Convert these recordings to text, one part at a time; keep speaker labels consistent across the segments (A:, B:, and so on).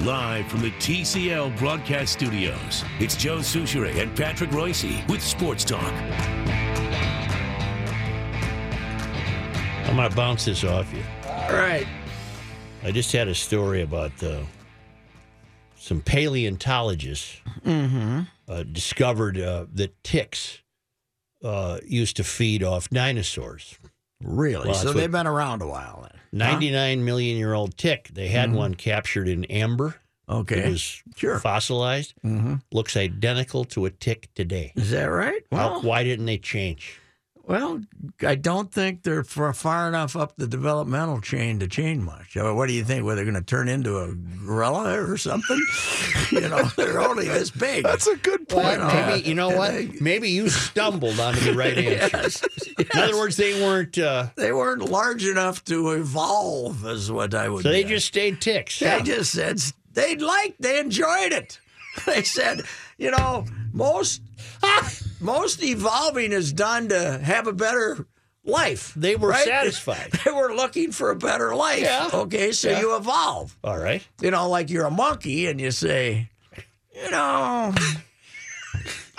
A: Live from the TCL broadcast studios, it's Joe Souchere and Patrick Royce with Sports Talk.
B: I'm going to bounce this off you.
C: All right.
B: I just had a story about uh, some paleontologists
C: Mm-hmm.
B: uh, discovered uh, that ticks uh, used to feed off dinosaurs.
C: Really?
B: Well, that's
C: so
B: what-
C: they've been around a while then.
B: 99 million year old tick. They had
C: Mm-hmm.
B: one captured in amber.
C: Okay.
B: It was
C: Sure.
B: fossilized.
C: Mhm.
B: Looks identical to a tick today.
C: Is that right?
B: How-
C: Well,
B: why didn't they change?
C: well, I don't think they're far, far enough up the developmental chain to change much. I mean, what do you think? Were they going to turn into a gorilla or something? you know, they're only this big.
D: That's a good point.
C: Well, uh,
D: Pat.
B: Maybe you know what? Maybe you stumbled onto the right answer. In other words, they weren't. Uh,
C: they weren't large enough to evolve, is what I would.
B: so they
C: guess.
B: just stayed ticks.
C: They just said they liked, they enjoyed it. They said, you know, most most evolving is done to have a better life.
B: They were
C: right?
B: satisfied.
C: They were looking for a better life.
B: Yeah.
C: Okay, so
B: Yeah.
C: you evolve.
B: All right.
C: You know, like you're a monkey and you say, you know,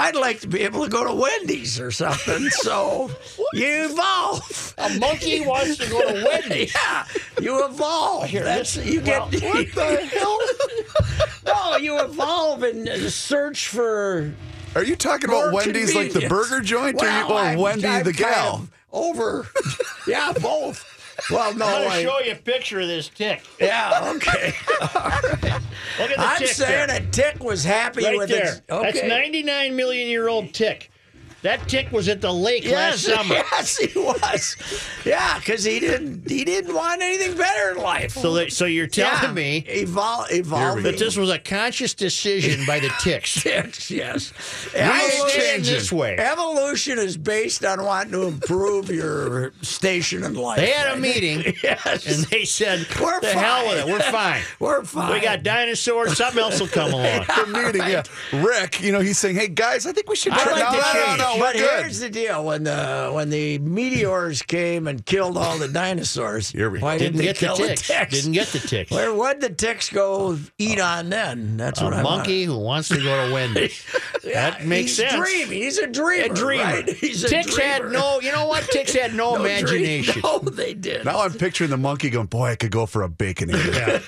C: I'd like to be able to go to Wendy's or something. So you evolve.
B: A monkey wants to go to Wendy's.
C: Yeah, you evolve.
B: Here,
C: That's
B: this-
C: you get.
B: well, what the
C: hell? no, you evolve and search for
D: Are you talking about
C: more
D: Wendy's like the
C: convenience.
D: burger joint
C: Well,
D: or, you, or
C: I'm-
D: Wendy
C: I'm
D: the
C: kind
D: gal?
C: of over. Yeah, both. Well, no,
B: I'm
C: Oh, I-
B: gonna show you a picture of this tick.
C: yeah, okay.
B: Look at the
C: I'm
B: tick.
C: saying
B: there.
C: a tick was happy
B: right
C: with
B: there.
C: its. Okay.
B: That's 99 million year old tick. That tick was at the lake
C: Yes,
B: last summer.
C: yes, he was. Yeah, because he didn't he didn't want anything better in life.
B: So, that, so you're telling
C: yeah.
B: me
C: evol- evolving.
B: that this was a conscious decision by the ticks.
C: Ticks, yes.
B: Rules
C: Evolution-
B: change this way.
C: Evolution is based on wanting to improve your station in life.
B: They had a
C: right?
B: meeting
C: Yes.
B: and they said,
C: We're
B: "The hell with it,
C: fine."
B: we're fine.
C: We're fine.
B: We got dinosaurs. Something else will come along."
D: The meeting, yeah. Rick, you know, he's saying, "Hey guys, I think we should
B: I'd
D: try."
B: like
D: no,
B: to
D: no, no,
B: change.
D: no, we're
C: but
D: good.
C: here's the deal: when the when the meteors came and killed all the dinosaurs,
D: Here we
C: why
D: go.
C: didn't,
B: Didn't
C: they
B: get the
C: kill
B: ticks. Didn't get the ticks.
C: Where would the ticks go
D: Oh.
C: eat on then? That's what
B: a
C: I want.
B: monkey who wants to go to Wendy's. that makes
C: He's
B: sense.
C: dreaming. He's a dreamer.
B: A dreamer.
C: right? He's a
B: Ticks had
C: dreamer.
B: no. You know what? Ticks had no,
C: No dream-
B: imagination.
C: No, they did.
D: Now I'm picturing the monkey going, "Boy, I could go for a bacon." Yeah.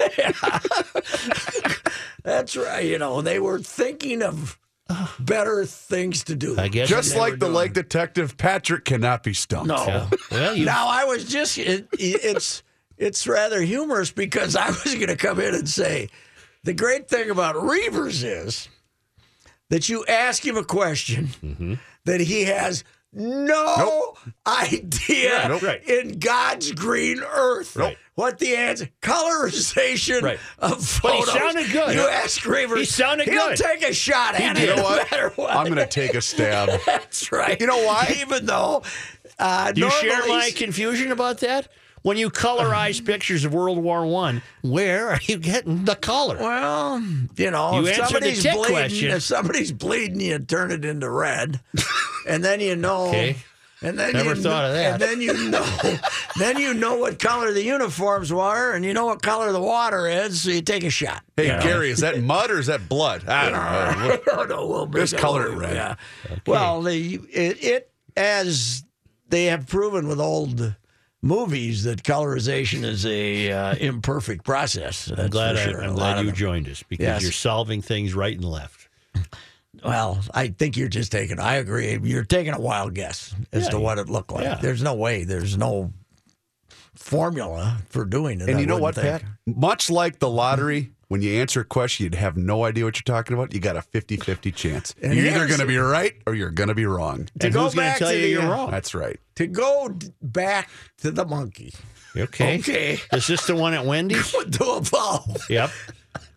C: That's right. You know, they were thinking of better things to do.
B: I guess.
D: Just
B: they
D: like
B: were
D: the
B: doing-
D: lake detective, Patrick cannot be stumped.
C: No.
B: Yeah. Well, you
C: Now I was just it, it's it's rather humorous because I was going to come in and say the great thing about Reavers is that you ask him a question
B: Mm-hmm.
C: that he has no idea
B: Right, nope. Right.
C: in God's green earth
B: Right.
C: what the answer colorization
B: Right.
C: of
B: But he
C: photos.
B: sounded good.
C: You ask Reavers,
B: He sounded
C: he'll
B: good.
C: take a shot at
D: You
C: it
D: know
C: no
D: what?
C: matter what.
D: I'm going to take a stab.
C: That's right.
D: You know why?
C: Even though uh,
B: Do you share
C: normally-
B: my confusion about that? When you colorize pictures of World War One, where are you getting the color?
C: Well, you know,
B: You
C: if
B: answered the
C: somebody's
B: tick
C: bleeding,
B: question.
C: if somebody's bleeding, you turn it into red, and then you know.
B: Okay.
C: And then
B: Never
C: you,
B: thought of that.
C: And then you know, then you know what color the uniforms were, and you know what color the water is. So you take a shot.
D: Hey, Gary, is that mud or is that blood? I don't know.
C: I don't know. We'll make
D: Just
C: it
D: color it
C: work,
D: red.
C: Yeah. Well, the, it, it as they have proven with old movies that colorization is a uh, imperfect process. That's
B: I'm glad,
C: for
B: I,
C: sure.
B: I'm
C: A
B: glad
C: lot of
B: you
C: them-
B: joined us because
C: Yes.
B: you're solving things right and left.
C: Well, I think you're just taking. I agree. You're taking a wild guess as
B: Yeah,
C: to
B: you-
C: what it looked like.
B: yeah.
C: There's no way. There's no formula for doing it.
D: And
C: I
D: you know what,
C: wouldn't think.
D: Pat? Much like the lottery, when you answer a question, you'd have no idea what you're talking about. You got a 50 50 chance.
C: And
D: you're either
C: here's-
D: going to be right or you're going to be wrong.
C: To
B: and
C: go
B: who's gonna
C: back
B: tell
C: to
B: you
C: the,
B: you're
C: uh,
B: wrong?
D: That's right.
C: To go d- back to the monkey.
B: Okay.
C: Okay.
B: Is this the one at Wendy's?
C: to evolve.
B: yep.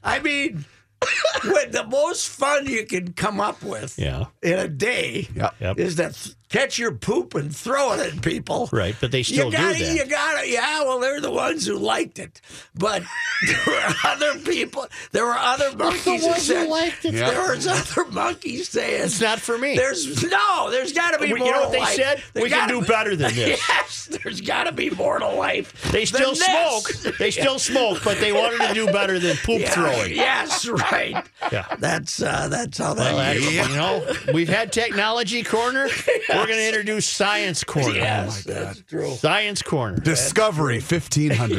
C: I mean, when the most fun you can come up with
B: Yeah.
C: in a day
D: Yeah.
B: Yep.
C: is that th- catch your poop and throw it at people.
B: Right, but they still
C: you
B: do
C: gotta,
B: that.
C: You got it. Yeah, well, they're the ones who liked it, but there were other people. There were other monkeys who
B: ones who
C: said-
B: liked it.
D: Yeah.
C: There was other monkeys saying
B: It's not for me.
C: There's no. There's got to be
B: You
C: more.
B: know what
C: to
B: they
C: life.
B: said?
C: There
B: We can
C: gotta
B: do
C: be-
B: better than this.
C: Yes, there's got to be more to life.
B: They
C: than
B: still
C: this.
B: smoke. They still smoke, but they wanted to do better than poop
C: Yeah,
B: throwing.
C: Yes, right.
B: Yeah.
C: That's uh, that's how that.
B: Well, Oh, that-
C: goes.
B: you know, we've had technology corner. We're going to introduce science corner. Oh,
C: yes, that's true.
B: Science corner.
D: Discovery 1500.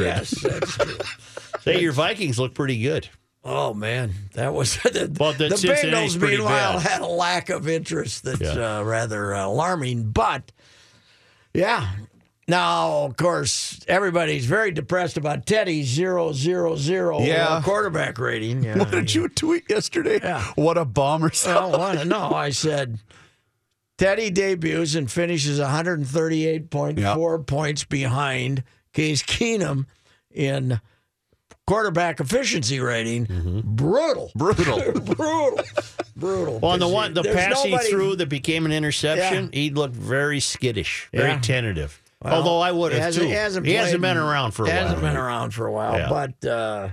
C: Yes, that's true.
B: Say your Vikings look pretty good.
C: Oh man, that was the,
B: Well, the
C: the
B: Cincinnati's
C: Bengals.
B: pretty
C: Meanwhile,
B: bad.
C: had a lack of interest that's
B: Yeah.
C: uh, rather alarming. But yeah, now of course everybody's very depressed about Teddy's zero zero zero uh,
D: Yeah.
C: quarterback rating. Yeah.
D: What did you tweet yesterday?
C: Yeah. Oh.
D: What a bomb or something.
C: Well, what- no, I said Teddy debuts and finishes 138.4 points behind Case Keenum in quarterback efficiency rating.
B: Mm-hmm.
C: Brutal.
D: Brutal.
C: brutal, brutal.
B: Well, on the one, the
C: There's
B: pass
C: nobody-
B: he threw that became an interception, he looked very skittish, very
C: Yeah.
B: tentative. Although I would
C: He
B: have too.
C: hasn't, he hasn't,
B: he hasn't
C: played-
B: been around for a
C: Hasn't
B: while.
C: been around for a while,
B: Yeah.
C: but uh,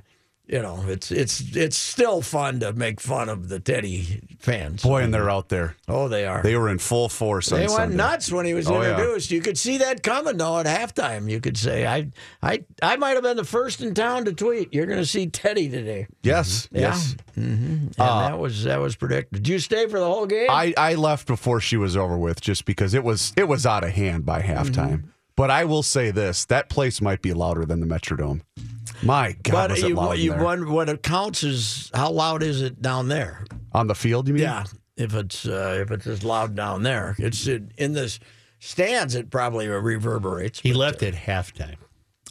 C: you know, it's it's it's still fun to make fun of the Teddy fans.
D: Boy, and they're out there.
C: Oh, they are.
D: They were in full force on
C: They went
D: Sunday.
C: nuts when he was
D: Oh, yeah.
C: introduced. You could see that coming though at halftime. You could say, "I, I, I might have been the first in town to tweet. You're going to see Teddy today."
D: Yes.
C: Mm-hmm.
D: Yes.
C: And
B: Uh,
C: that was that was predicted. Did you stay for the whole game?
D: I, I left before she was over with just because it was it was out of hand by halftime.
C: Mm-hmm.
D: But I will say this: that place might be louder than the Metrodome. My God,
C: but
D: was
C: you,
D: it loud in
C: you
D: there.
C: wonder what it counts is how loud is it down there?
D: on the field? You mean?
C: Yeah, if it's uh, if it's as loud down there, it's it, in the stands. It probably reverberates.
B: He left at halftime.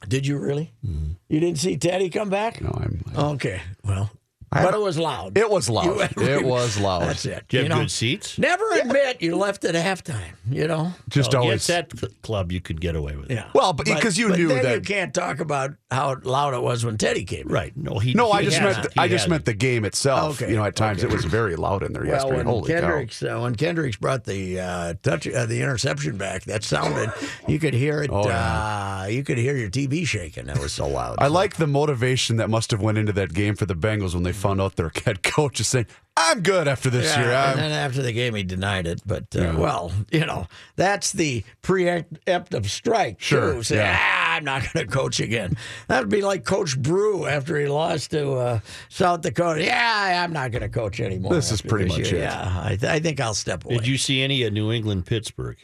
C: Did you really? You didn't see Teddy come back?
D: Mm-hmm. No, I'm.
C: Okay, well, but it was loud.
D: It was loud.
C: You-
D: it was loud.
C: That's it.
B: Do you have
C: know?
B: good seats?
C: Never admit you left at halftime. Oh, You know.
D: Just
B: Well,
D: always.
B: At that cl- club, you could get away with it.
C: Yeah.
D: Well, but- 'cause you
C: but
D: knew
C: then
D: that-
C: you can't talk about how loud it was when Teddy came. in.
B: Right. No, he.
D: No,
B: he
D: I just
B: hasn't.
D: meant
B: He
D: I just
B: hasn't.
D: meant the game itself.
C: Okay,
D: You know, at times it was very loud in there
C: Well,
D: yesterday.
C: when
D: Holy
C: Kendricks uh, when Kendricks brought the uh, touch uh, the interception back, that sounded you could hear it.
D: Oh, yeah.
C: uh, you could hear your TV shaking. That was so loud.
D: cow! I like the motivation that must have went into that game for the Bengals when they found out their head coach is saying, "I'm good after this
C: Yeah,
D: year."
C: and
D: I'm,
C: then after the game, he denied it. But uh, well, you know, that's the preemptive strike.
D: Sure,
C: too. Say,
D: yeah.
C: ah, I'm not going to coach again. That'd be like Coach Brew after he lost to uh, South Dakota. Yeah, I'm not going to coach anymore.
D: This is
C: after
D: pretty
C: this
D: much
C: year.
D: it.
C: Yeah, I, th- I think I'll step away.
B: Did you see any of New England Pittsburgh?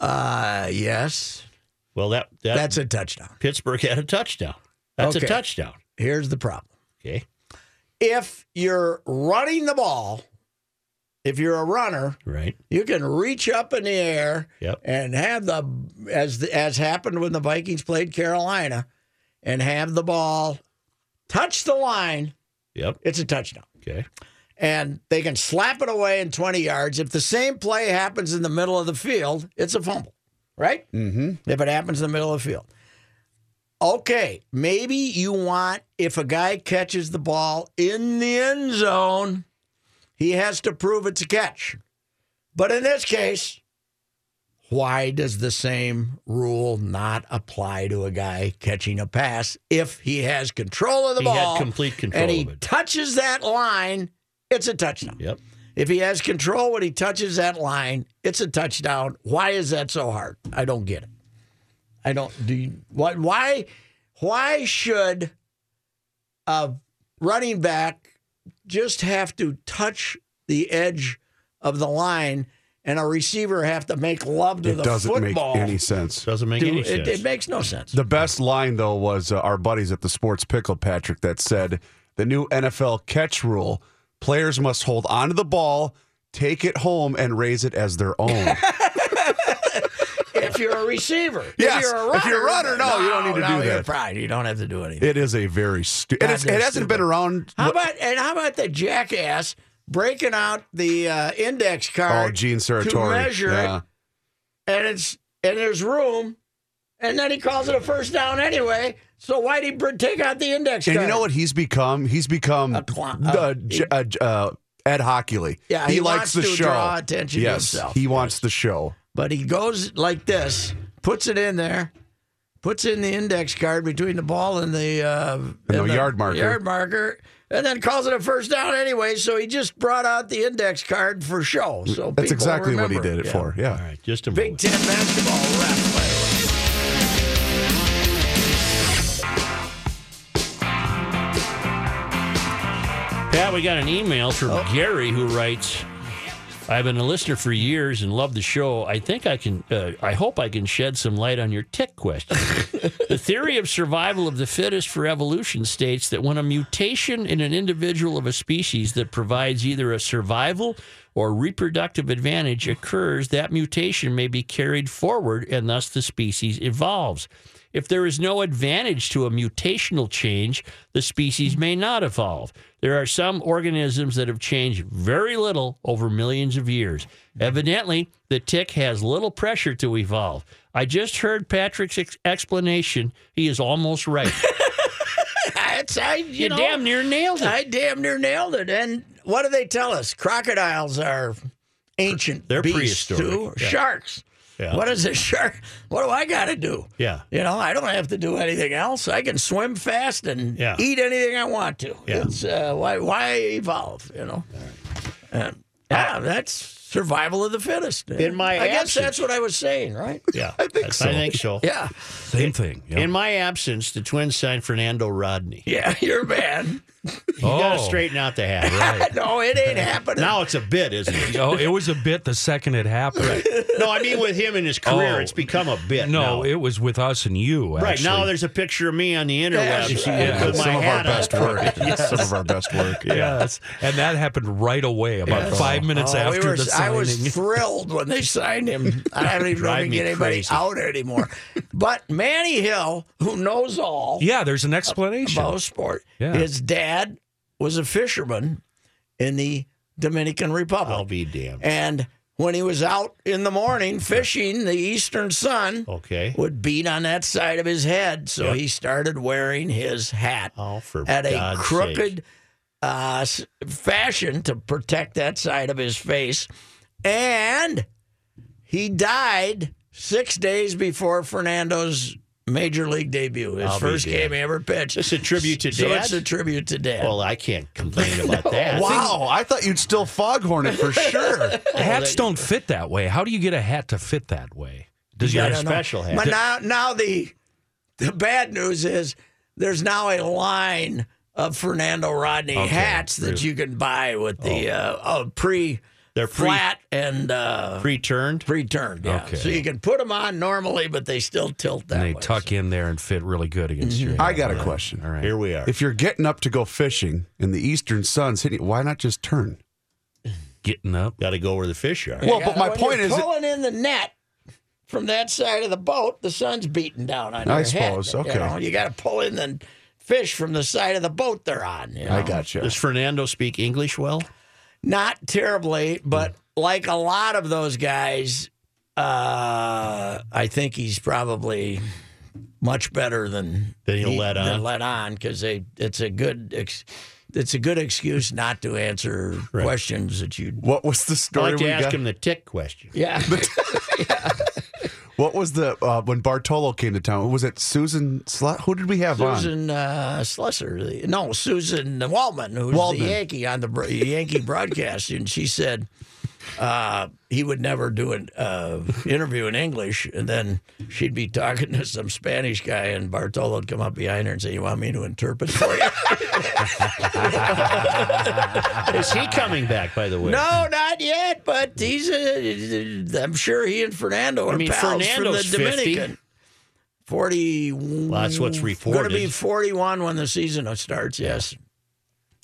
C: Uh, yes,
B: Well, that, that
C: that's a touchdown.
B: Pittsburgh had a touchdown. That's
C: Okay.
B: a touchdown.
C: Here's the problem.
B: Okay.
C: If you're running the ball, if you're a runner,
B: Right.
C: You can reach up in the air
B: Yep.
C: and have the as as happened when the Vikings played Carolina, and have the ball touch the line.
B: Yep.
C: It's a touchdown,
B: Okay.
C: and they can slap it away in twenty yards. If the same play happens in the middle of the field, it's a fumble, right?
D: mm-hmm.
C: If it happens in the middle of the field. Okay, maybe you want if a guy catches the ball in the end zone, he has to prove it's a catch. But in this case, why does the same rule not apply to a guy catching a pass if he has control of the
B: He had
C: ball?
B: complete control
C: and he
B: of it.
C: touches that line, it's a touchdown.
B: Yep.
C: If he has control when he touches that line, it's a touchdown. Why is that so hard? I don't get it. I don't do you, why why why should a running back just have to touch the edge of the line and a receiver have to make love to
D: It
C: the
D: doesn't
C: football?
D: make any sense.
B: Doesn't make
C: Do-
B: any
C: it,
B: sense.
C: it makes no sense.
D: The best line though was uh, our buddies at the Sports Pickle Patrick that said the new NFL catch rule: players must hold onto the ball, take it home, and raise it as their own.
C: if you're a receiver,
D: Yes.
C: if you're a runner,
D: If you're a runner, no, you don't need to
C: no,
D: do
C: you're
D: that.
C: Fine, you don't have to do anything.
D: it is a very stu- and it's,
C: God,
D: it
C: they're
D: hasn't been
C: stupid.
D: around.
C: How about and how about the jackass breaking out the uh, index
D: Oh,
C: card
D: Gene Saratori.
C: to measure
D: yeah.
C: it, and it's and there's room, and then he calls it a first down anyway. So why did he br- take out the index
D: And
C: card?
D: you know what he's become? He's become
C: A clown.
D: the J- uh, J- uh, Ed Hockley.
C: Yeah,
D: he,
C: he wants
D: likes the
C: to
D: show.
C: draw attention to
D: yes,
C: himself.
D: he wants the show.
C: But he goes like this, puts it in there, puts in the index card between the ball and the, uh,
D: the yard marker.
C: yard marker, and then calls it a first down anyway. So he just brought out the index card for show. So
D: That's
C: people
D: exactly what he
C: remember
D: did it
C: Yeah.
D: for. Yeah.
B: All right, just a
C: Big
B: moment.
C: Ten basketball wrap. by the way.
B: Pat, we got an email from
C: Oh.
B: Gary who writes, "I've been a listener for years and love the show. I think I can. Uh, I hope I can shed some light on your tick question. the theory of survival of the fittest for evolution states that when a mutation in an individual of a species that provides either a survival or reproductive advantage occurs, that mutation may be carried forward and thus the species evolves." If there is no advantage to a mutational change, the species may not evolve. There are some organisms that have changed very little over millions of years. Evidently, the tick has little pressure to evolve. I just heard Patrick's ex- explanation. He is almost right.
C: That's, I, you,
B: you
C: know,
B: damn near nailed it.
C: I damn near nailed it. And what do they tell us? Crocodiles are ancient.
B: They're
C: beasts,
B: prehistoric.
C: too.
B: Yeah.
C: Sharks.
B: Yeah.
C: What is a shark? What do I got to do?
B: Yeah.
C: You know, I don't have to do anything else. I can swim fast and
B: Yeah.
C: eat anything I want to.
B: Yeah.
C: It's, uh, why, why evolve? You know. And, yeah, that's survival of the fittest.
B: In my
C: I guess
B: absence-
C: that's what I was saying, right?
B: yeah, I think so. I think so.
C: Yeah.
E: Same thing.
B: In my absence, the twins signed Fernando Rodney.
C: Yeah, you're bad.
B: You got to
E: Oh.
B: straighten out the hat.
C: no, it ain't happening.
B: Now it's a bit, isn't it?
E: Oh, it was a bit the second it happened.
B: No, I mean with him in his career,
E: Oh.
B: it's become a bit.
E: No,
B: now.
E: it was with us and you.
B: Right
E: actually.
B: now, there's a picture of me on the
C: That's
B: interwebs
C: right.
B: with- with my
D: Some of our
B: hat on.
D: best work. Some of our best work. Yeah.
E: Yes, and that happened right away, about five minutes
C: Oh,
E: after
C: we were,
E: the
C: I
E: signing.
C: was thrilled when they signed him. I don't even know if
B: Drive
C: we
B: me
C: get anybody
B: crazy.
C: out anymore. But Manny Hill, who knows all
E: yeah, there's an explanation.
C: about sport,
E: Yeah.
C: his dad was a fisherman in the Dominican Republic.
B: I'll be damned.
C: And when he was out in the morning fishing, the eastern sun
E: Oh.
B: Okay.
C: would beat on that side of his head. So he started wearing his hat
B: Oh, for
C: at a
B: God's sake.
C: crooked uh, s- fashion to protect that side of his face. And he died six days before Fernando's major league debut, his
B: I'll be
C: first
B: damned.
C: game he ever pitched.
B: It's a tribute to
C: so
B: dad.
C: it's a tribute to dad.
B: well, I can't complain about that.
D: Wow, I thought you'd still foghorn it for sure.
E: Hats don't fit that way. How do you get a hat to fit that way? Does
B: You
E: your
B: got a
C: I don't know.
B: special hat.
C: But now, now the the bad news is there's now a line of Fernando Rodney hats that you can buy with the uh, uh, pre
B: They're Oh. pre-
C: flat and uh,
B: Pre-turned.
C: pre-turned. Yeah.
E: Okay.
C: So you can put them on normally, but they still tilt that
E: and they
C: way.
E: tuck in there and fit really good against your.
D: I
E: hat.
D: got a question. All right.
B: Here we are.
D: If you're getting up to go fishing and the eastern sun's hitting you, why not just turn?
E: getting up.
B: Got to go where the fish are.
D: Well,
C: Yeah,
D: but my
C: when
D: point
C: you're
D: is, that-
C: pulling in the net from that side of the boat, the sun's beating down on
D: I
C: your head,
D: suppose.
C: You,
D: Okay.
C: know? you got to pull in the fish from the side of the boat they're on. You know?
D: I got you.
B: Does Fernando speak English well?
C: not terribly, but
D: Hmm.
C: like a lot of those guys, uh, I think he's probably much better than
B: Than you let on?
C: Than let on because they it's a good ex, it's a good excuse not to answer questions that you.
D: What was the
B: I
D: story
B: like
D: we
B: to ask
D: got?
B: him the tick question.
C: Yeah,
D: What was the uh, when Bartolo came to town? Was it Susan Slot? Who did we have on?
C: Susan uh, Slesser, the- no Susan Waldman, who's
D: Waldman.
C: the Yankee on the bro- Yankee broadcast, and she said uh, he would never do an uh, interview in English, and then she'd be talking to some Spanish guy, and Bartolo would come up behind her and say, "You want me to interpret for you?"
B: Is he coming back, by the way?
C: no, not yet, but he's. i I'm sure he and Fernando are
B: mean,
C: pals
B: Fernando's
C: from the
B: 50.
C: Dominican. Forty-one.
B: Well, that's what's
C: Going to be
B: reported.
C: 41 when the season starts. Yes.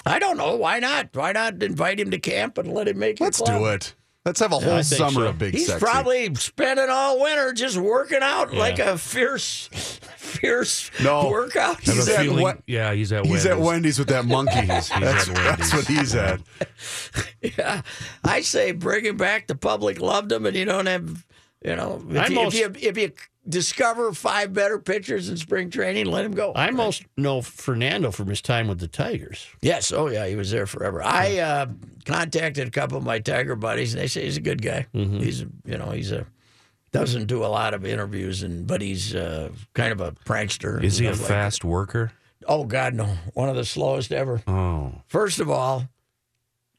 C: I don't know. Why not? Why not invite him to camp and let him make your
D: Let's
C: club?
D: do it. Let's have a whole
B: I think
D: summer
B: so.
D: of big
C: He's
D: sexy.
C: probably spending all winter just working out like a fierce, fierce
D: No.
C: workout.
D: Have
E: He's
D: He's at
E: feeling,
D: what-
E: yeah, he's at.
D: he's
E: Wendy's.
D: at Wendy's with that monkey. that's,
E: at
D: that's
E: Wendy's.
D: what he's at.
C: Yeah. I say bring him back. The public loved him, and you don't have, you know, if,
B: I'm
C: you,
B: most-
C: if, you, if you discover five better pitchers in spring training, let him go.
B: I most know Fernando from his time with the Tigers.
C: Yes. Oh, yeah. He was there forever. I
E: Mm-hmm.
C: uh, contacted a couple of my Tiger buddies, and they say he's a good guy. He's, a- you know, he's a doesn't do a lot of interviews, and but he's uh, kind of a prankster. and
E: Is he a
C: stuff like-
E: fast worker?
C: Oh God, no! One of the slowest ever.
E: Oh,
C: First of all,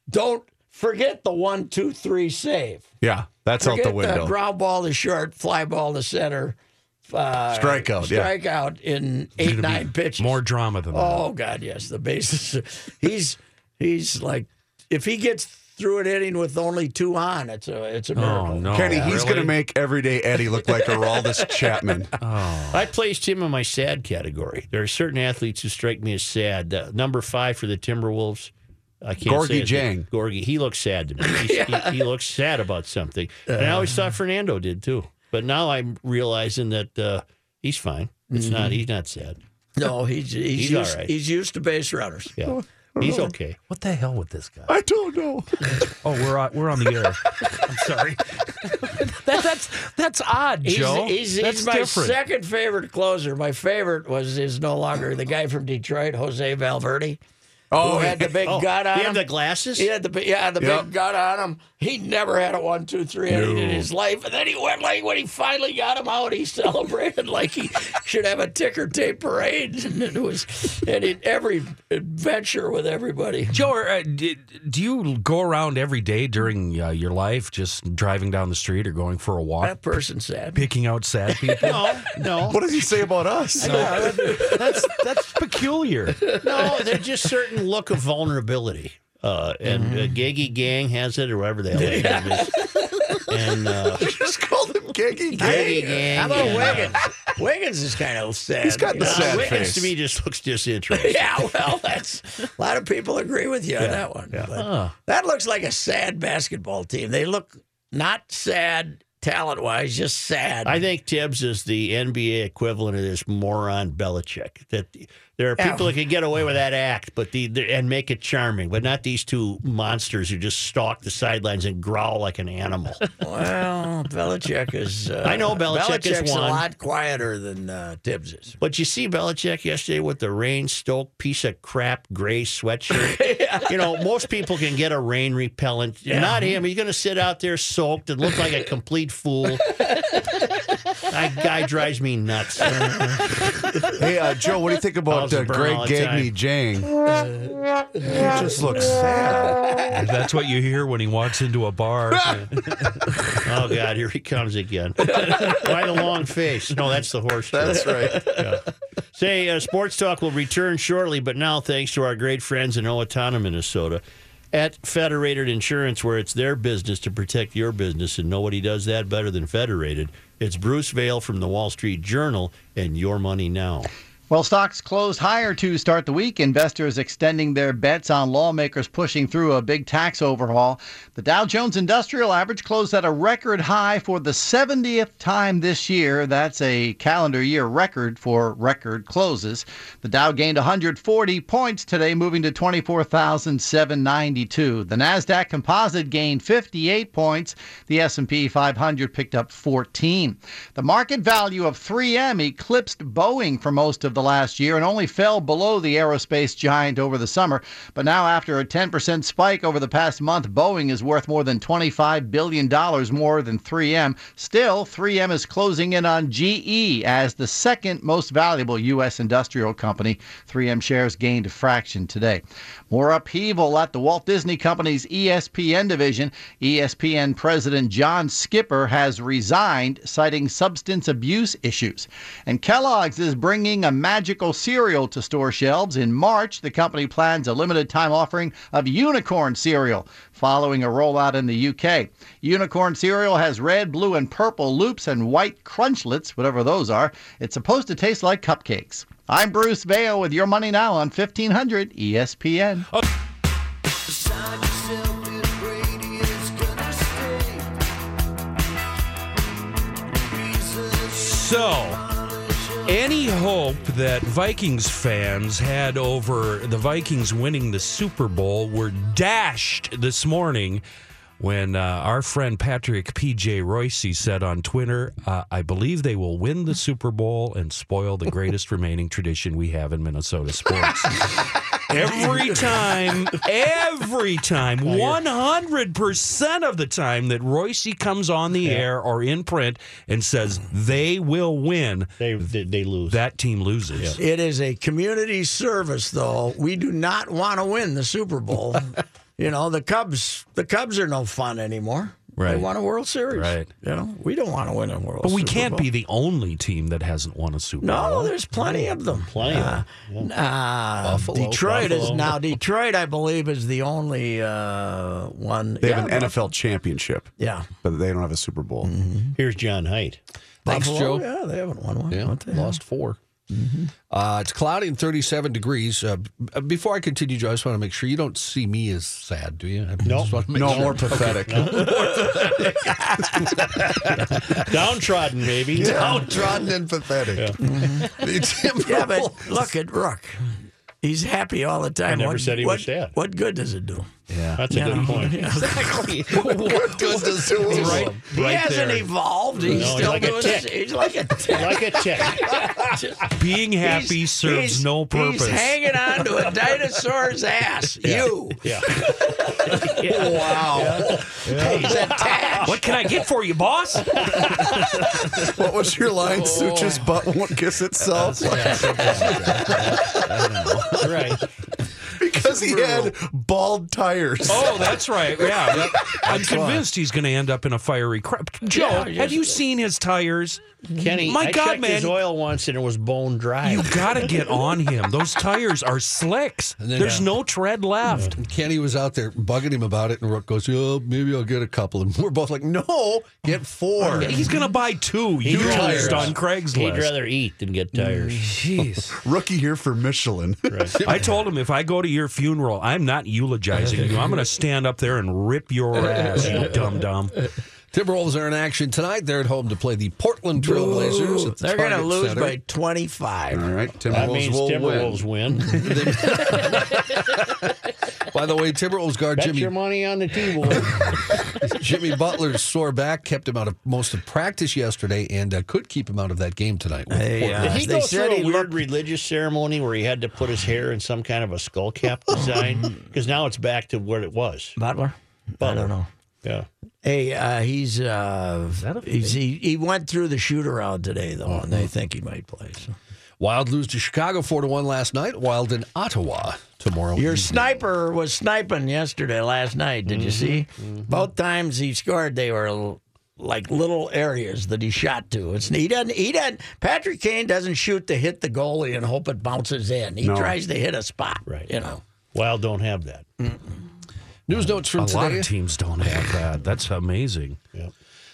C: don't forget the one, two, three save.
D: Yeah, that's out the
C: Forget
D: window.
C: ground ball to short, fly ball to center, uh,
D: Strikeout, yeah.
C: strikeout in eight, nine pitches.
E: more drama than that.
C: Oh God, yes, the bases. He's he's like if he gets through an inning with only two on, it's a it's a miracle.
E: Oh no,
D: Kenny, he's
E: really?
D: going to make everyday Eddie look like Araldus Chapman.
B: I placed him in my sad category. There are certain athletes who strike me as sad. Uh, number five for the Timberwolves. I can't
D: Gorgie
B: say his name.
D: Jang.
B: Gorgie, he looks sad to me. He's- he, he looks sad about something. And I always thought Fernando did too. But now I'm realizing that uh, he's fine. It's not. He's not sad.
C: No, he's he's,
B: He's all
C: used,
B: right.
C: he's used to base runners.
B: Yeah, he's okay.
E: What the hell with this guy?
D: I don't know.
E: Oh, we're on, we're on the air. I'm sorry. that, that's that's odd,
C: He's,
E: Joe.
C: he's, he's
E: that's
C: my
E: different.
C: second favorite closer. My favorite was is no longer the guy from Detroit, Jose Valverde.
D: Oh,
C: who had the big gut on
B: he
C: him.
B: had the glasses.
C: He had the big- yeah, the
D: Yep.
C: big gun on him. He never had a one, two, three inning in
D: No.
C: his life. And then he went like when he finally got him out, he celebrated like he should have a ticker tape parade. And it was and in every adventure with everybody.
E: Joe, are, uh, do, do you go around every day during uh, your life, just driving down the street or going for a walk,
C: That person said.
E: picking out sad people?
B: No, no,
D: What does he say about us?
E: Yeah, that- that's that's peculiar.
B: no. They're just certain look of vulnerability. Uh, and uh, Gaggy Gang has it, or whatever the hell his name is. And uh,
D: Just call him
B: Gaggy
D: Gaggy Gang.
B: Gang.
C: How about
B: and, uh,
C: Wiggins? Wiggins is kind of sad.
D: He's got
C: you
D: the
C: know?
D: sad
B: Wiggins
D: face.
B: Uh, to me just looks disinterested.
C: Yeah, well, that's a lot of people agree with you on that one. But That looks like a sad basketball team. They look not sad talent wise, just sad.
B: I think Tibbs is the NBA equivalent of this moron Belichick. That there are
C: Yeah.
B: people that can get away with that act, but the, the and make it charming, but not these two monsters who just stalk the sidelines and growl like an animal.
C: Well, Belichick is. Uh,
B: I know Belichick is
C: Belichick's a
B: one.
C: lot quieter than uh, Tibbs is.
B: but you see Belichick yesterday with the rain stoked piece of crap gray sweatshirt. You know, most people can get a rain repellent. Not him. He's going to sit out there soaked and look like a complete fool. that guy drives me nuts.
D: Hey, uh, Joe, what do you think about
B: How's
D: uh,
B: it burn
D: Greg
B: all the
D: Gagny Jang? he just looks sad.
E: That's what you hear when he walks into a bar.
B: Oh God, here he comes again. Why the long face? No, that's the horse.
D: That's right.
B: Say, uh, Sports Talk will return shortly, but now thanks to our great friends in Owatonna, Minnesota, at Federated Insurance, where it's their business to protect your business, and nobody does that better than Federated. It's Bruce Vail from the Wall Street Journal and Your Money Now.
F: Well, stocks closed higher to start the week. Investors extending their bets on lawmakers pushing through a big tax overhaul. The Dow Jones Industrial Average closed at a record high for the 70th time this year. That's a calendar year record for record closes. The Dow gained 140 points today, moving to 24,792. The Nasdaq Composite gained 58 points. The S&P 500 picked up 14. The market value of 3M eclipsed Boeing for most of the last year and only fell below the aerospace giant over the summer. But now, after a 10% spike over the past month, Boeing is worth more than $25 billion more than 3M. Still, 3M is closing in on GE as the second most valuable U.S. industrial company. 3M shares gained a fraction today. More upheaval at the Walt Disney Company's E ESPN division. ESPN President John Skipper has resigned, citing substance abuse issues. And Kellogg's is bringing a magical cereal to store shelves. In March, the company plans a limited time offering of unicorn cereal following a rollout in the UK. Unicorn cereal has red, blue, and purple loops and white crunchlets, whatever those are. It's supposed to taste like cupcakes. I'm Bruce Vail with Your Money Now on E 1500 ESPN.
E: So, any hope that Vikings fans had over the Vikings winning the Super Bowl were dashed this morning when uh, our friend Patrick P.J. Royce said on Twitter, uh, I believe they will win the Super Bowl and spoil the greatest remaining tradition we have in Minnesota sports. Every time, every time, 100% of the time that Royce comes on the air or in print and says they will win,
B: They they, they lose.
E: that team loses.
C: It is a community service, though. We do not want to win the Super Bowl. you know, the Cubs. The Cubs are no fun anymore.
E: Right.
C: They won a World Series.
E: Right.
C: You know, we don't want to win a World.
E: But we
C: Super
E: can't
C: Bowl.
E: be the only team that hasn't won a Super
C: No,
E: Bowl.
C: there's plenty of them.
B: Plenty of them,
C: Uh,
B: Buffalo,
C: Detroit is
B: Buffalo.
C: now. Detroit, I believe, is the only uh, one.
D: They
C: yeah,
D: have an NFL championship,
C: Yeah.
D: but they don't have a Super Bowl.
B: Here's John Height.
G: Thanks,
C: Buffalo,
G: Joe.
C: Oh, Yeah, they haven't won one.
G: Yeah,
C: What the hell? Mm-hmm.
G: lost 4 Uh, it's cloudy and 37 degrees. Uh, b- before I continue, Joe, I just want to make sure you don't see me as sad, do you? I just want to make
D: No
G: sure.
D: more pathetic.
B: Downtrodden, baby.
G: Downtrodden and pathetic.
D: Mm-hmm.
G: The Timberwolves-
C: Yeah, but look at Rook. He's happy all the time.
B: never
C: what,
B: said he
C: what,
B: was sad.
C: What good does it do?
B: That's a
C: You
B: good
C: know?
B: point.
C: Yeah.
G: what good does it do?
E: Right,
C: He
E: right
C: hasn't
E: there.
C: evolved.
B: No,
C: He's
B: he's
C: still
B: like a
C: doing
B: tick.
C: his- He's like a tick.
B: Like a tick.
E: Being happy
C: He's-
E: serves
C: he's-
E: no purpose.
C: He's hanging on to a dinosaur's ass. You.
B: Yeah.
C: Wow. He's attached.
E: what can I get for you, boss?
D: what was your line? Such's butt won't kiss itself
B: Right.
D: because he had bald tires.
E: Oh, that's right. Yeah. I'm convinced he's going to end up in a fiery crap. Joe, have you seen his tires?
B: Kenny,
E: My
B: I
E: God,
B: checked his
E: man.
B: oil once and it was bone dry.
E: You got to get on him. Those tires are slicks.
G: then,
E: There's
G: yeah.
E: no tread left.
G: Kenny was out there bugging him about it, and Rook goes, "Oh, maybe I'll get a couple." And we're both like, "No, get four.
E: He's going to buy two used
B: tires.
E: on
B: He'd
E: Craigslist. Mm.
B: rather eat than get tires.
E: Jeez.
D: Rookie here for Michelin.
E: I told him if I go to your funeral, I'm not eulogizing you. I'm going to stand up there and rip your ass, you dumb dumb.
G: Timberwolves are in action tonight. They're at home to play the Portland Trailblazers. at the
C: They're going to
G: Target
C: lose
G: Center.
C: by 25.
D: All right,
B: That
D: Timberwolves
B: means
D: will
B: Timberwolves
D: win.
B: win.
G: By the way, Timberwolves guard
B: Bet your
G: Jimmy
B: money on the T-Wolves.
G: Jimmy Butler's sore back kept him out of most of practice yesterday, and uh, could keep him out of that game tonight. with
C: They, uh,
B: Did he
C: they
B: go
C: said
B: through a
C: he
B: weird
C: looked-
B: religious ceremony where he had to put his hair in some kind of a skull cap design? Because now it's back to what it was.
C: Butler? I don't know.
B: Yeah.
C: Hey, uh, he's, uh, he's he, he went through the shoot around today though, and they think he might play. So.
G: Wild lose to Chicago four to one last night. Wild in Ottawa tomorrow.
C: Your
G: evening.
C: sniper was sniping yesterday, last night. Did you see? Both times he scored, they were l- like little areas that he shot to. It's he doesn't he doesn't Patrick Kane doesn't shoot to hit the goalie and hope it bounces in. He tries to hit a spot.
B: Right.
C: You know.
B: Wild don't have that.
C: Mm.
G: news notes from
E: A lot
G: today.
E: of teams don't have that. That's amazing.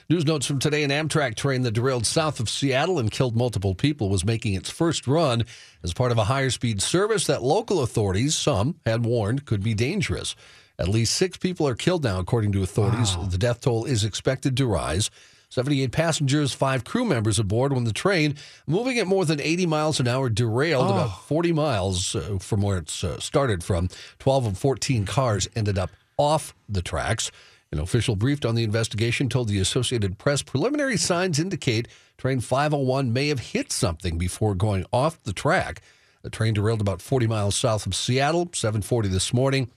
G: News notes from today an Amtrak train that derailed south of Seattle and killed multiple people was making its first run as part of a higher speed service that local authorities, some, had warned could be dangerous. At least six people are killed now, according to authorities. The death toll is expected to rise. 78 passengers, five crew members aboard when the train, moving at more than 80 miles an hour, derailed about 40 miles uh, from where it uh, started from. 12 of 14 cars ended up off the tracks. An official briefed on the investigation told the Associated Press preliminary signs indicate train 501 may have hit something before going off the track. The train derailed about 40 miles south of Seattle, 7:40 this morning.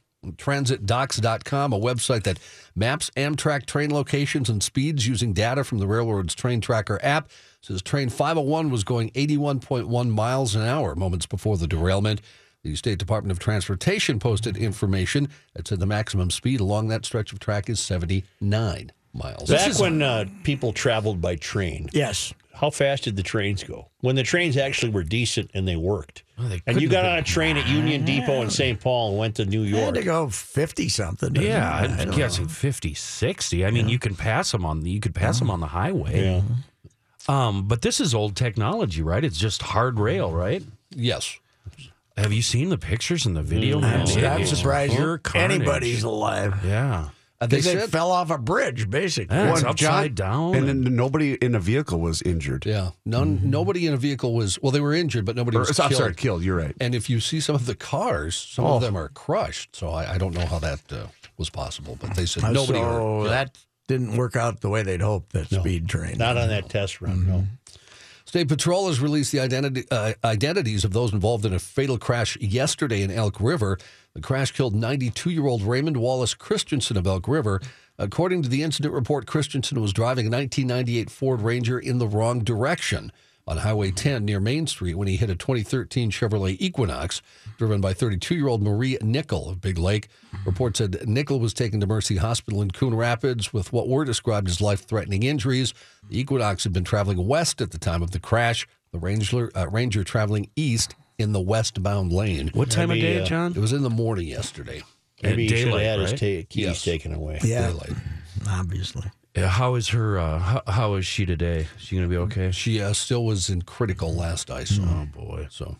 G: TransitDocs.com, a website that maps Amtrak train locations and speeds using data from the railroad's train tracker app, says train 501 was going 81.1 miles an hour moments before the derailment. The State Department of Transportation posted information that said the maximum speed along that stretch of track is 79 miles.
B: Back when uh, people traveled by train,
C: Yes.
B: how fast did the trains go? When the trains actually were decent and they worked. and you got on a train at Union Depot in St. Paul and went to New
C: They had
B: York.
C: to go fifty something. didn't
E: Yeah,
C: they? I
E: I'm
C: don't
E: guessing 50, 60. I mean, you can pass them on. You could pass them on the highway.
B: Yeah.
E: Um, but this is old technology, right? It's just hard rail, right?
G: yes.
E: Have you seen the pictures and the video? man?
C: know. I'm, I'm
E: It is
C: surprised
E: pure carnage.
C: anybody's alive.
E: Yeah,
G: Uh,
C: They, they fell off a bridge, basically.
E: Yeah, it's
D: One, John-
E: upside down.
D: and then nobody in a vehicle was injured.
G: Yeah. None, Nobody in a vehicle was, well, they were injured, but nobody
D: Or,
G: was
D: I'm
G: killed.
D: sorry, killed. You're right.
G: And if you see some of the cars, some of them are crushed. So I, I don't know how that uh, was possible, but they said nobody.
C: Uh, so
G: hurt. Yeah.
C: that didn't work out the way they'd hoped. That speed train.
B: Not on that test run, no.
G: State Patrol has released the identity, uh, identities of those involved in a fatal crash yesterday in Elk River. The crash killed 92 year old Raymond Wallace Christensen of Elk River. According to the incident report, Christensen was driving a 1998 Ford Ranger in the wrong direction on Highway 10 near Main Street when he hit a 2013 Chevrolet Equinox driven by 32 year old Marie Nickel of Big Lake. Reports said Nickel was taken to Mercy Hospital in Coon Rapids with what were described as life threatening injuries. The Equinox had been traveling west at the time of the crash, the Ranger, uh, Ranger traveling east in the westbound lane.
E: What time
B: Maybe,
E: of day,
B: uh,
E: John?
G: It was in the morning yesterday.
B: Maybe he should have
E: daylight,
B: had his
E: right?
B: ta- keys
G: Yes.
B: taken away.
C: Yeah,
G: Daylight.
C: obviously.
E: Uh, How is her? Uh, how, how is she today? Is she gonna be okay?
G: She uh, still was in critical last I saw. Oh boy! So,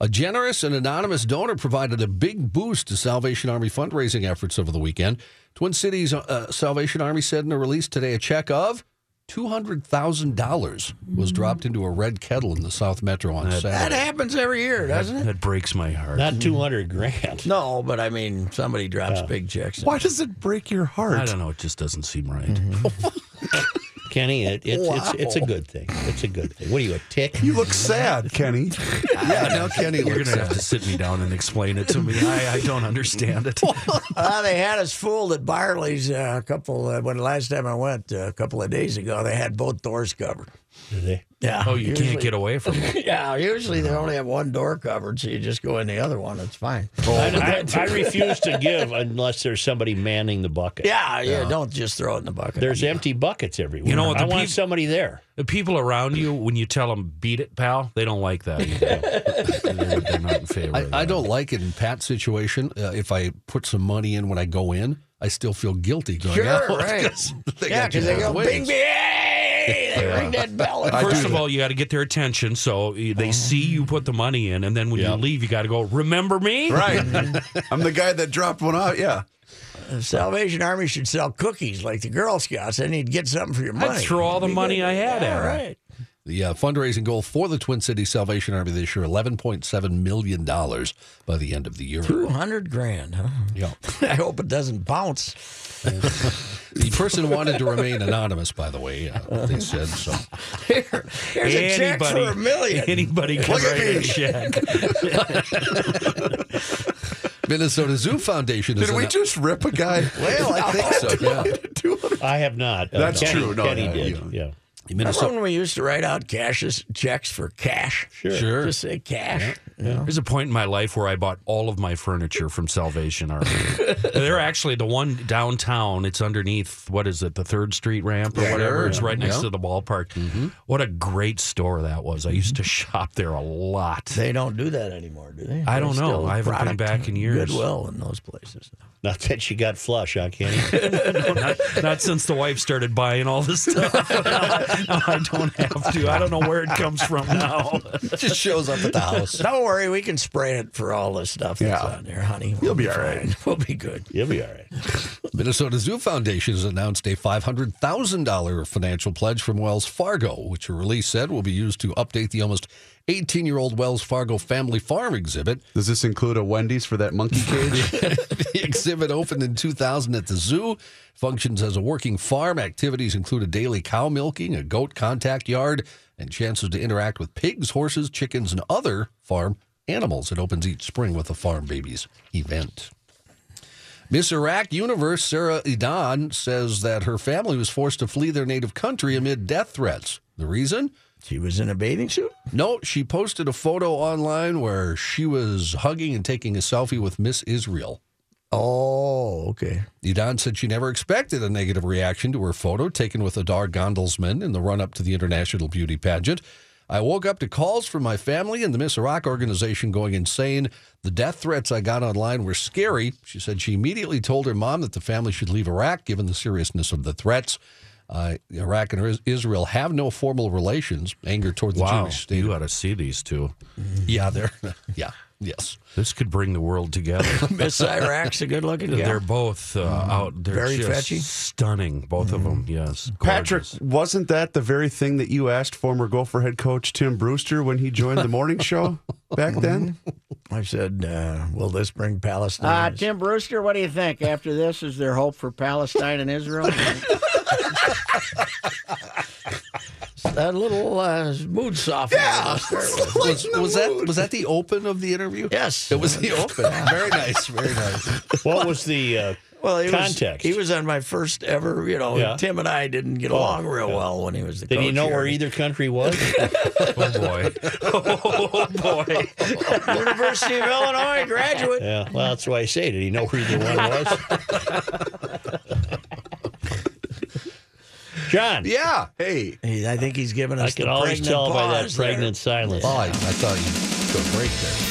G: a generous and anonymous donor provided a big boost to Salvation Army fundraising efforts over the weekend. Twin Cities uh, Salvation Army said in a release today, a check of. Two hundred thousand dollars was dropped into a red kettle in the South Metro on
C: That
G: Saturday.
C: happens every year, doesn't it?
E: That breaks my heart.
B: Not 200 grand.
C: No, but I mean, somebody drops big checks.
D: Why does it break your heart?
E: I don't know. It just doesn't seem right.
B: Kenny, it, it, it's, it's a good thing. It's a good thing. What are you, a tick?
D: You look sad, Kenny.
G: Yeah, now Kenny
E: You're
G: looks
E: gonna have to sit me down and explain it to me. I, I don't understand it.
C: Uh, they had us fooled at Barley's uh, a couple. Uh, when last time I went, uh, a couple of days ago, they had both doors covered.
B: Do they?
C: Yeah.
E: Oh, you
C: usually-
E: can't get away from it.
C: Yeah, usually they only have one door covered, so you just go in the other one. It's fine.
B: I, I refuse to give unless there's somebody manning the bucket.
C: Yeah, yeah, Don't just throw it in the bucket.
B: There's empty buckets everywhere.
E: You know what,
B: I
E: the
B: want
E: peop-
B: somebody there.
E: The people around you, when you tell them "beat it, pal," they don't like that. either. they're, they're not in favor. of
G: I, I
E: that.
G: don't like it in Pat's situation. Uh, if I put some money in when I go in, I still feel guilty going
C: sure,
G: out.
C: right?
G: They
C: yeah,
G: got two
C: because they go
G: different
C: bing,
G: ways.
C: bing, hey! They ring that Uh-huh. bell.
E: First of all, you got to get their attention, so they see you put the money in, and then when you leave, you got to go. Remember me?
D: Right. I'm the guy that dropped one out. Yeah.
C: The Salvation Army should sell cookies like the Girl Scouts, and you'd get something for your money.
E: I'd throw all the money I had at
C: All
E: her.
C: right.
G: The uh, fundraising goal for the Twin Cities Salvation Army this year, $11.7 million by the end of the year.
C: Two hundred grand, huh?
G: Yeah.
C: I hope it doesn't bounce.
G: The person wanted to remain anonymous, by the way, uh, they said. So
C: Here, here's a check for a million.
E: Anybody can write a check.
G: Minnesota Zoo Foundation is
D: Did we
G: anno-
D: just rip a guy?
C: well, I think
G: so, yeah.
B: I have not. Uh,
D: That's
B: Kenny-
D: true. No,
B: Kenny
D: no,
B: did.
D: you-
B: Yeah.
G: The
C: Remember
G: Minnesota.
C: when we used to write out cashes, checks for cash? Sure.
G: Sure.
C: Just say cash.
E: There's a point in my life where I bought all of my furniture from Salvation Army. They're actually the one downtown. It's underneath what is it, the Third Street ramp or whatever. It's right next to the ballpark.
C: Mm-hmm.
E: What a great store that was. I used to shop there a lot.
C: They don't do that anymore, do they?
E: I don't
C: They
E: know.
C: still
E: I haven't been
C: product
E: back in years.
C: Goodwill in those places.
B: Not that she got flush, huh, Kenny?
E: not, not since the wife started buying all this stuff. now, I, now I don't have to. I don't know where it comes from now.
G: just shows up at the house.
C: Don't worry, we can spray it for all the stuff that's
D: Yeah.
C: on there, honey. We'll
D: You'll be all
C: fine.
D: right.
C: We'll be good.
B: You'll be all right.
G: Minnesota Zoo Foundation has announced a $500,000 financial pledge from Wells Fargo, which a release said will be used to update the almost 18 year old Wells Fargo Family Farm exhibit.
D: Does this include a Wendy's for that monkey cage?
G: The exhibit opened in 2000 at the zoo. Functions as a working farm. Activities include a daily cow milking, a goat contact yard, and chances to interact with pigs, horses, chickens, and other farm animals. It opens each spring with a Farm Babies event. Miss Iraq Universe Sarah Idan says that her family was forced to flee their native country amid death threats. The reason?
C: She was in a bathing suit?
G: No, she posted a photo online where she was hugging and taking a selfie with Miss Israel.
C: Oh, okay.
G: Idan said she never expected a negative reaction to her photo taken with Adar Gondelsman in the run up to the International Beauty Pageant. I woke up to calls from my family and the Miss Iraq organization going insane. The death threats I got online were scary. She said she immediately told her mom that the family should leave Iraq given the seriousness of the threats. Uh, Iraq and Is- Israel have no formal relations. Anger toward the
E: Wow,
G: Jewish state.
E: you ought to see these two.
G: Yeah, they're. Yeah, yes.
E: This could bring the world together.
C: Miss Iraq's a good looking girl.
E: They're both uh, out. They're
C: Very
E: just
C: fetchy.
E: stunning. Both of them. Yes,
D: Patrick,
E: gorgeous.
D: wasn't that the very thing that you asked former Gopher head coach Tim Brewster when he joined the morning show back then?
C: I said, uh, will this bring
H: Uh,
C: Palestine?
H: Tim Brewster, what do you think? After this, is there hope for Palestine and Israel?
C: that little uh, mood softener. Yeah.
G: was, was that was that the open of the interview?
C: Yes.
G: it was the open. Very nice, very nice.
B: What was the uh,
C: Well, he
B: context?
C: was he was on my first ever. You know,
B: Yeah.
C: Tim and I didn't get along real well when Oh, he was the
B: Did
D: Oh,
C: coach.
B: he know
C: here.
B: where either country was?
E: Oh boy. Oh boy.
C: University of Illinois graduate.
B: yeah. Well, that's why I say, did he know where either one was? John,
D: Yeah. Hey.
C: He- I think he's giving us
B: I can
C: the
B: always
C: pregnant
B: tell by that
C: pause there.
B: pregnant silence.
G: Oh, I, I thought you'd go break there.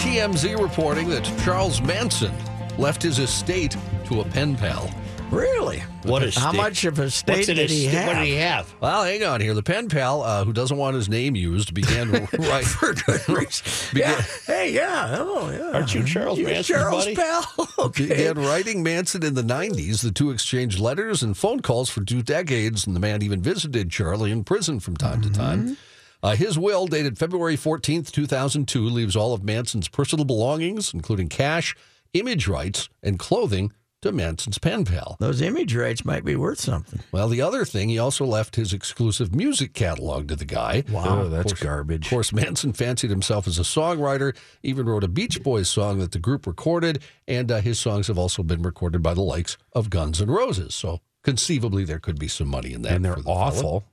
G: TMZ reporting that Charles Manson left his estate to a pen pal.
C: Really?
B: What a
C: How
B: stick.
C: much of a state
B: What's in
C: did
B: his
C: he
B: sti- What did he
C: have?
B: have?
G: Well, hang on here. The pen pal, uh, who doesn't want his name used, began to write.
C: For good reason. yeah. Hey, yeah. Oh, yeah.
B: Aren't you Charles
C: You're
B: Manson's
C: Charles
B: buddy?
C: Bell. Okay.
G: Began writing Manson in the 90s. The two exchanged letters and phone calls for two decades, and the man even visited Charlie in prison from time to time. Uh, his will, dated February 14th, 2002, leaves all of Manson's personal belongings, including cash, image rights, and clothing, to Manson's pen pal.
C: Those image rights might be worth something.
G: Well, the other thing, he also left his exclusive music catalog to the guy.
E: Oh, that's garbage.
G: Of course, Manson fancied himself as a songwriter, even wrote a Beach Boys song that the group recorded, and uh, his songs have also been recorded by the likes of Guns N' Roses. So conceivably, there could be some money in that.
E: And they're
G: for the fella.
E: awful.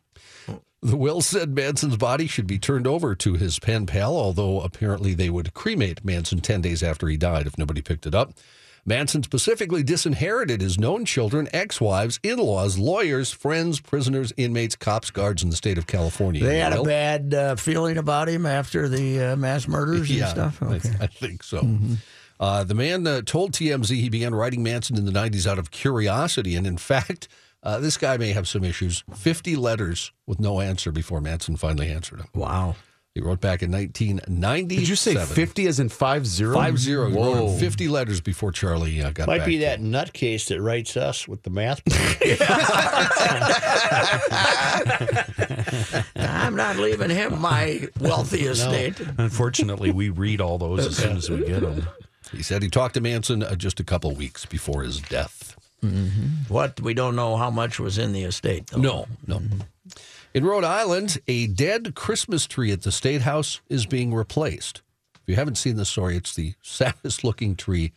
G: The will said Manson's body should be turned over to his pen pal, although apparently they would cremate Manson 10 days after he died if nobody picked it up. Manson specifically disinherited his known children, ex wives, in laws, lawyers, friends, prisoners, inmates, cops, guards in the state of California.
C: They had
G: Will.
C: a bad uh, feeling about him after the uh, mass murders and stuff.
G: I-
C: Okay. Mm-hmm.
G: I, think so. Uh, the man uh, told TMZ he began writing Manson in the 90s out of curiosity. And in fact, uh, this guy may have some issues. 50 letters with no answer before Manson finally answered him.
C: Wow.
G: He wrote back in 1990.
D: Did you say 50 as in 50?
G: Five zero. He wrote him 50 letters before Charlie uh, got
B: Might
G: back
B: be
G: to
B: that
G: him.
B: nutcase that writes us with the math.
C: I'm not leaving him my wealthy estate.
E: Unfortunately, we read all those as soon as we get them.
G: He said he talked to Manson uh, just a couple weeks before his death.
C: What? We don't know how much was in the estate, though.
G: No, no.
D: Mm-hmm.
G: In Rhode Island, a dead Christmas tree at the State House is being replaced. If you haven't seen this story, it's the saddest looking tree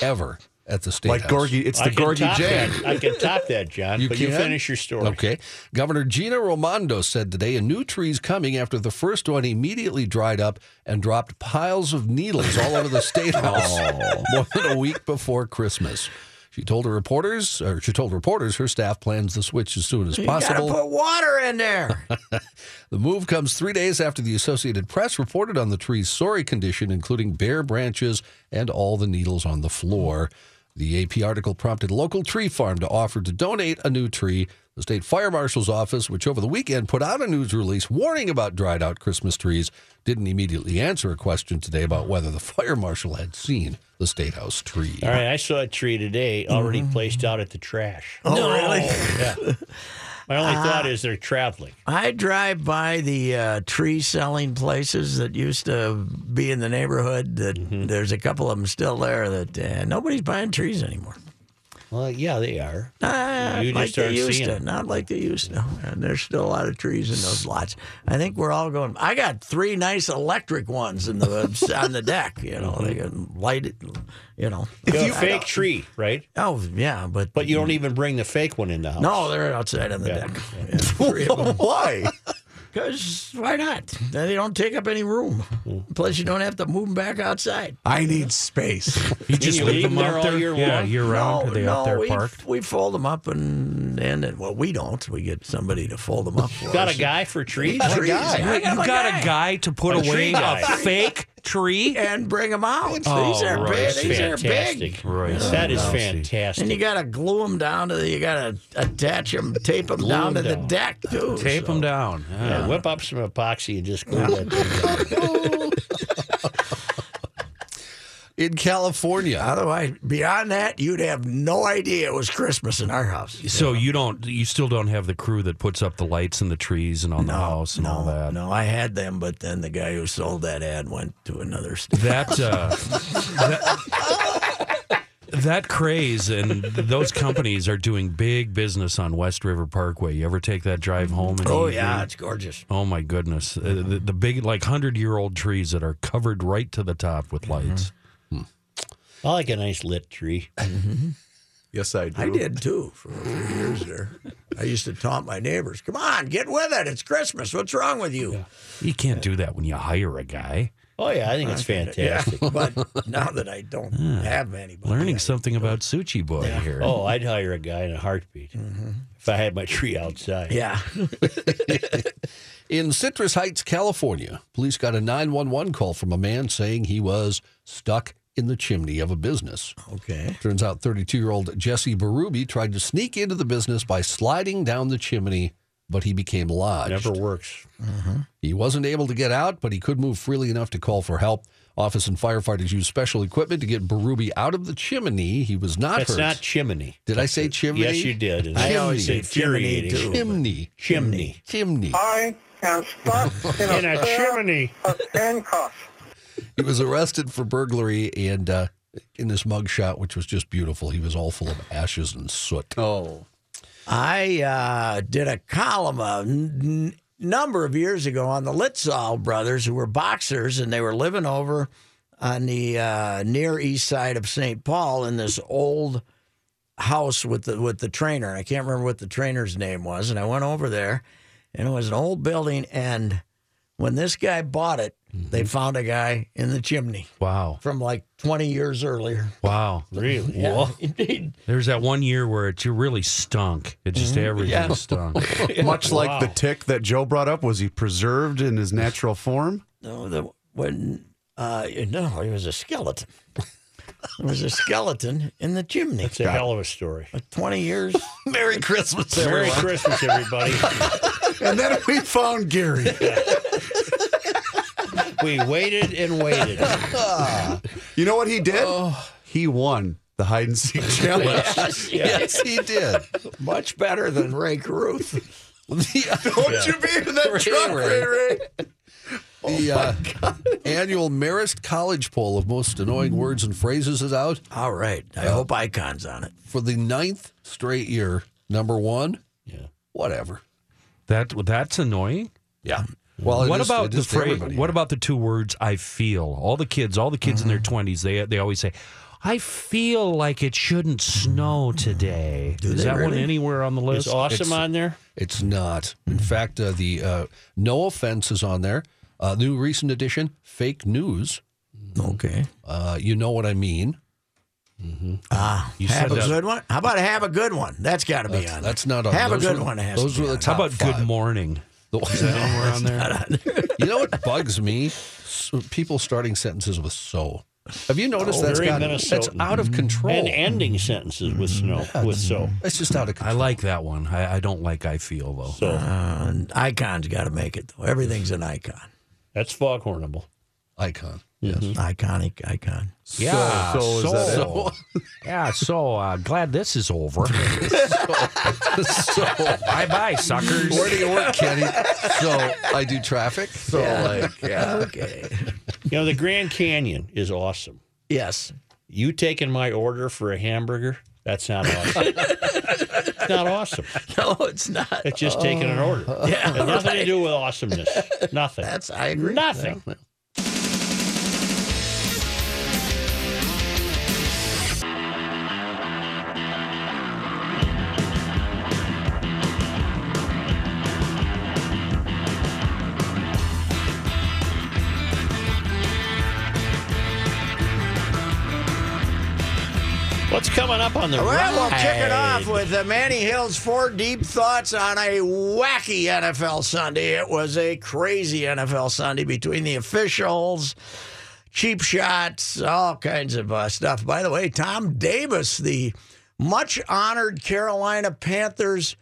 G: ever at the State
D: Mm-hmm. Like
G: House.
D: Gorgie. It's
B: I
D: the
B: can
D: Gorgie
B: top
D: J.
B: that. I can top that, John. but you
G: can?
B: finish your story.
G: Okay. Governor Gina Romando said today a new tree's coming after the first one immediately dried up and dropped piles of needles all over the state house
B: Oh.
G: more than a week before Christmas. She told her reporters, or she told reporters her staff plans the switch as soon as
C: You
G: possible.
C: gotta put water in there.
G: The move comes three days after the Associated Press reported on the tree's sorry condition, including bare branches and all the needles on the floor. The AP article prompted a local tree farm to offer to donate a new tree. The state fire marshal's office, which over the weekend put out a news release warning about dried out Christmas trees, didn't immediately answer a question today about whether the fire marshal had seen the state house tree.
B: All right, I saw a tree today already placed out at the trash.
C: Mm-hmm. oh, Uh, really?
B: My only thought is they're traveling.
C: I drive by the uh, tree selling places that used to be in the neighborhood. That
B: Mm-hmm.
C: there's a couple of them still there. That uh, nobody's buying trees anymore. Ah,
B: Well, yeah, they are.
C: Not
B: You just
C: like they
B: aren't
C: used
B: seeing
C: to.
B: it.
C: Not like they used to. And there's still a lot of trees in those lots. I think we're all going. I got three nice electric ones in the on the deck. You know, they can light it. You know.
B: Mm-hmm. You fake tree, right?
C: Oh yeah, but
B: But you don't even bring the fake one in the house.
C: no, they're outside on the
B: Yeah.
C: deck. Yeah, three of 'em.
D: Why?
C: Because why not? They don't take up any room. Plus, you don't have to move them back outside.
D: I need space.
E: You just
B: you
E: leave
B: leave
E: them
B: them
E: out
B: there all
E: there
B: year
E: Yeah,
B: long?
E: year round.
C: no,
E: Are they
C: no,
E: out there
C: we,
E: parked?
C: We fold them up and and then, well, we don't. We get somebody to fold them up for
B: Got
C: us.
B: a guy for trees?
C: Trees. I
E: Wait, you
C: my
E: got a guy to put
B: A
E: away
B: tree guy.
E: a fake tree?
C: and bring them out. these
E: Oh,
C: are
E: right.
C: big.
B: That's
C: These are big.
B: fantastic.
E: Right.
B: That is
E: Oh, see.
C: And you
B: fantastic.
C: got to glue them down to the. You got to attach them, tape them down to
B: 'em
C: the
B: down.
C: deck too.
E: Tape them down. Yeah.
B: Yeah, whip up some epoxy and just glue that thing down.
G: In California,
C: Otherwise, beyond that, you'd have no idea it was Christmas in our house.
E: So you don't, you still don't have the crew that puts up the lights and the trees and on the house and all that.
C: No, I had them, but then the guy who sold that ad went to another. St-
E: uh, That, uh, that that craze and those companies are doing big business on West River Parkway. You ever take that drive home? And
C: Oh yeah, it's gorgeous.
E: Oh my goodness! Uh, the, the big, like hundred-year-old trees that are covered right to the top with
C: Mm-hmm.
E: lights.
B: I like a nice lit tree.
D: Yes, I do.
C: I did too for a few years there. I used to taunt my neighbors. Come on, get with it. It's Christmas. What's wrong with you?
E: You can't do that when you hire a guy.
B: Oh yeah, I think it's fantastic.
C: But now that I don't have anybody,
E: Learning something about Suchi Boy here.
B: Oh, I'd hire a guy in a heartbeat if I had my tree outside.
C: Mm-hmm. Yeah.
G: In Citrus Heights, California, police got a 911 call from a man saying he was stuck in the chimney of a business.
C: Okay.
G: Turns out 32 year old Jesse Baruby tried to sneak into the business by sliding down the chimney, but he became lodged.
B: Never works.
G: He wasn't able to get out, but he could move freely enough to call for help. Office and firefighters used special equipment to get Baruby out of the chimney. He was not
B: That's
G: hurt.
B: not chimney.
G: did I say chimney?
B: Yes, you did. And
G: I
B: that's
G: always
C: say
B: infuriating.
C: chimney, too.
G: Chimney.
B: Chimney.
G: Chimney.
I: I am stuck in a,
B: In a
I: pair
B: chimney.
I: of handcuffs.
G: He was arrested for burglary and uh, in this mugshot, which was just beautiful, he was all full of ashes and soot.
D: Oh,
C: I uh, did a column a n- number of years ago on the Litzall brothers, who were boxers, and they were living over on the uh, near east side of St. Paul in this old house with the with the trainer. I can't remember what the trainer's name was, and I went over there, and it was an old building. And when this guy bought it, they found a guy in the chimney
E: Wow,
C: from like 20 years earlier.
E: wow, really?
C: Yeah, indeed.
E: There's that one year where it really stunk. It just everything stunk.
D: much like the tick that Joe brought up, was he preserved in his natural form?
C: No, the when uh, no, it was a skeleton. It was a skeleton in the chimney.
B: It's a hell of a story.
C: Twenty years.
G: Merry Christmas,
B: Merry Christmas, everybody.
D: And then we found Gary.
B: we waited and waited.
D: You know what he did? He won the hide and seek challenge.
G: Yes, he did.
C: Much better than Ray Ruth.
G: The, uh,
D: Don't you be in that truck,
G: Ray.
D: Ray Ray. Oh,
G: the uh, annual Marist College poll of most annoying words and phrases is out
C: All right. I hope icons on it.
G: for the ninth straight year. Number one,
B: Yeah.
G: whatever.
E: That that's annoying.
G: Yeah. Well, it
E: what
G: is-
E: about
G: it
E: the
G: is to
E: phrase?
G: everybody.
E: What about the two words? I feel. All the kids, all the kids in their twenties, they they always say, "I feel like it shouldn't snow today." Is that one anywhere on the
B: Is
E: list?
B: awesome on there?
G: It's not. In fact, uh, the uh, no offense is on there. Uh, new recent edition, fake news.
C: Okay.
G: Uh, you know what I mean.
C: Ah,
E: You
C: have
E: said
C: a
E: that-
C: good one. How about have a good one? That's got to be on.
G: That's not on.
C: Have a
G: those
C: good
G: were-
C: one, it has
G: Those
C: to be on.
G: were the
E: How
G: top
E: about
G: five.
E: good morning?
G: The-
E: Anywhere on there?
G: you know what bugs me? S- People starting sentences with "so." Have you noticed that's
B: very
G: got that's
B: Minnesotan.
G: out of control?
B: And ending sentences with snow, with so.
G: it's just out of
E: I
G: control.
E: like that one. I, I don't like I feel though.
B: So
C: on. Icon's got to make it though. Everything's an icon.
B: that's foghornable.
G: Icon.
C: Iconic icon.
E: Yeah,
D: So, so is that it?
E: so- yeah. So uh, glad this is over.
G: so
E: bye bye, suckers.
G: where do you work, Kenny? So I do traffic.
D: So like, yeah.
C: Okay.
B: You know, the Grand Canyon is awesome.
C: yes.
B: You taking my order for a hamburger? That's not awesome. it's not awesome.
C: No, it's not.
B: It's just taking an order.
C: Yeah,
B: It has nothing to do with awesomeness. Nothing.
C: That's I agree.
B: nothing. What's coming up on the
C: Well, we'll kick it
B: ride?
C: off with uh, Manny Hill's four deep thoughts on a wacky NFL Sunday. It was a crazy NFL Sunday between the officials, cheap shots, all kinds of uh, stuff. By the way, Tom Davis, the much honored Carolina Panthers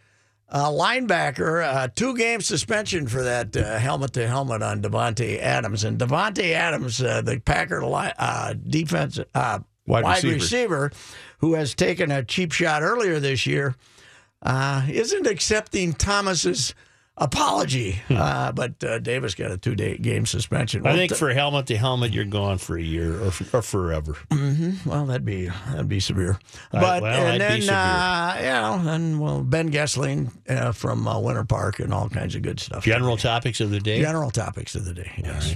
C: uh, linebacker, uh, two game suspension for that uh, helmet to helmet on Devontae Adams. And Devontae Adams, uh, the Packer li- uh, defense uh,
D: Wide receiver.
C: receiver, who has taken a cheap shot earlier this year, uh, isn't accepting Thomas's apology. uh, but uh, Davis got a two day game suspension.
B: Hmm. I
C: Well,
B: think
C: th-
B: for helmet to helmet, you're gone for a year or, f- or forever.
C: well that'd be that'd be severe.
B: All right,
C: But
B: well,
C: and
B: that'd
C: then
B: be
C: uh, you know then well Ben Gessling uh, from uh, Winter Park and all kinds of good stuff.
B: General topics of the day.
C: General topics of the day. Yes.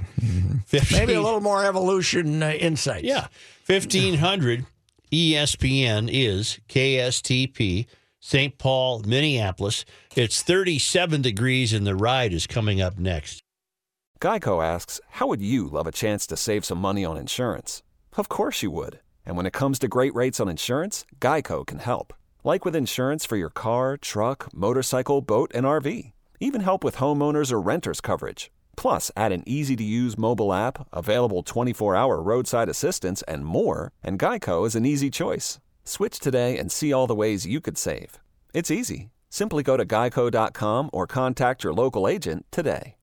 B: 15
C: Maybe a little more evolution uh, insights.
B: Yeah. E 1500 ESPN is KSTP, St. Paul, Minneapolis. It's 37 degrees, and the ride is coming up next.
G: Geico asks, How would you love a chance to save some money on insurance? Of course you would. And when it comes to great rates on insurance, Geico can help. Like with insurance for your car, truck, motorcycle, boat, and RV. Even help with homeowners or renters coverage. Plus, add an easy to use mobile app, available 24 hour roadside assistance, and more, and Geico is an easy choice. Switch today and see all the ways you could save. It's easy. Simply go to geico.com or contact your local agent today.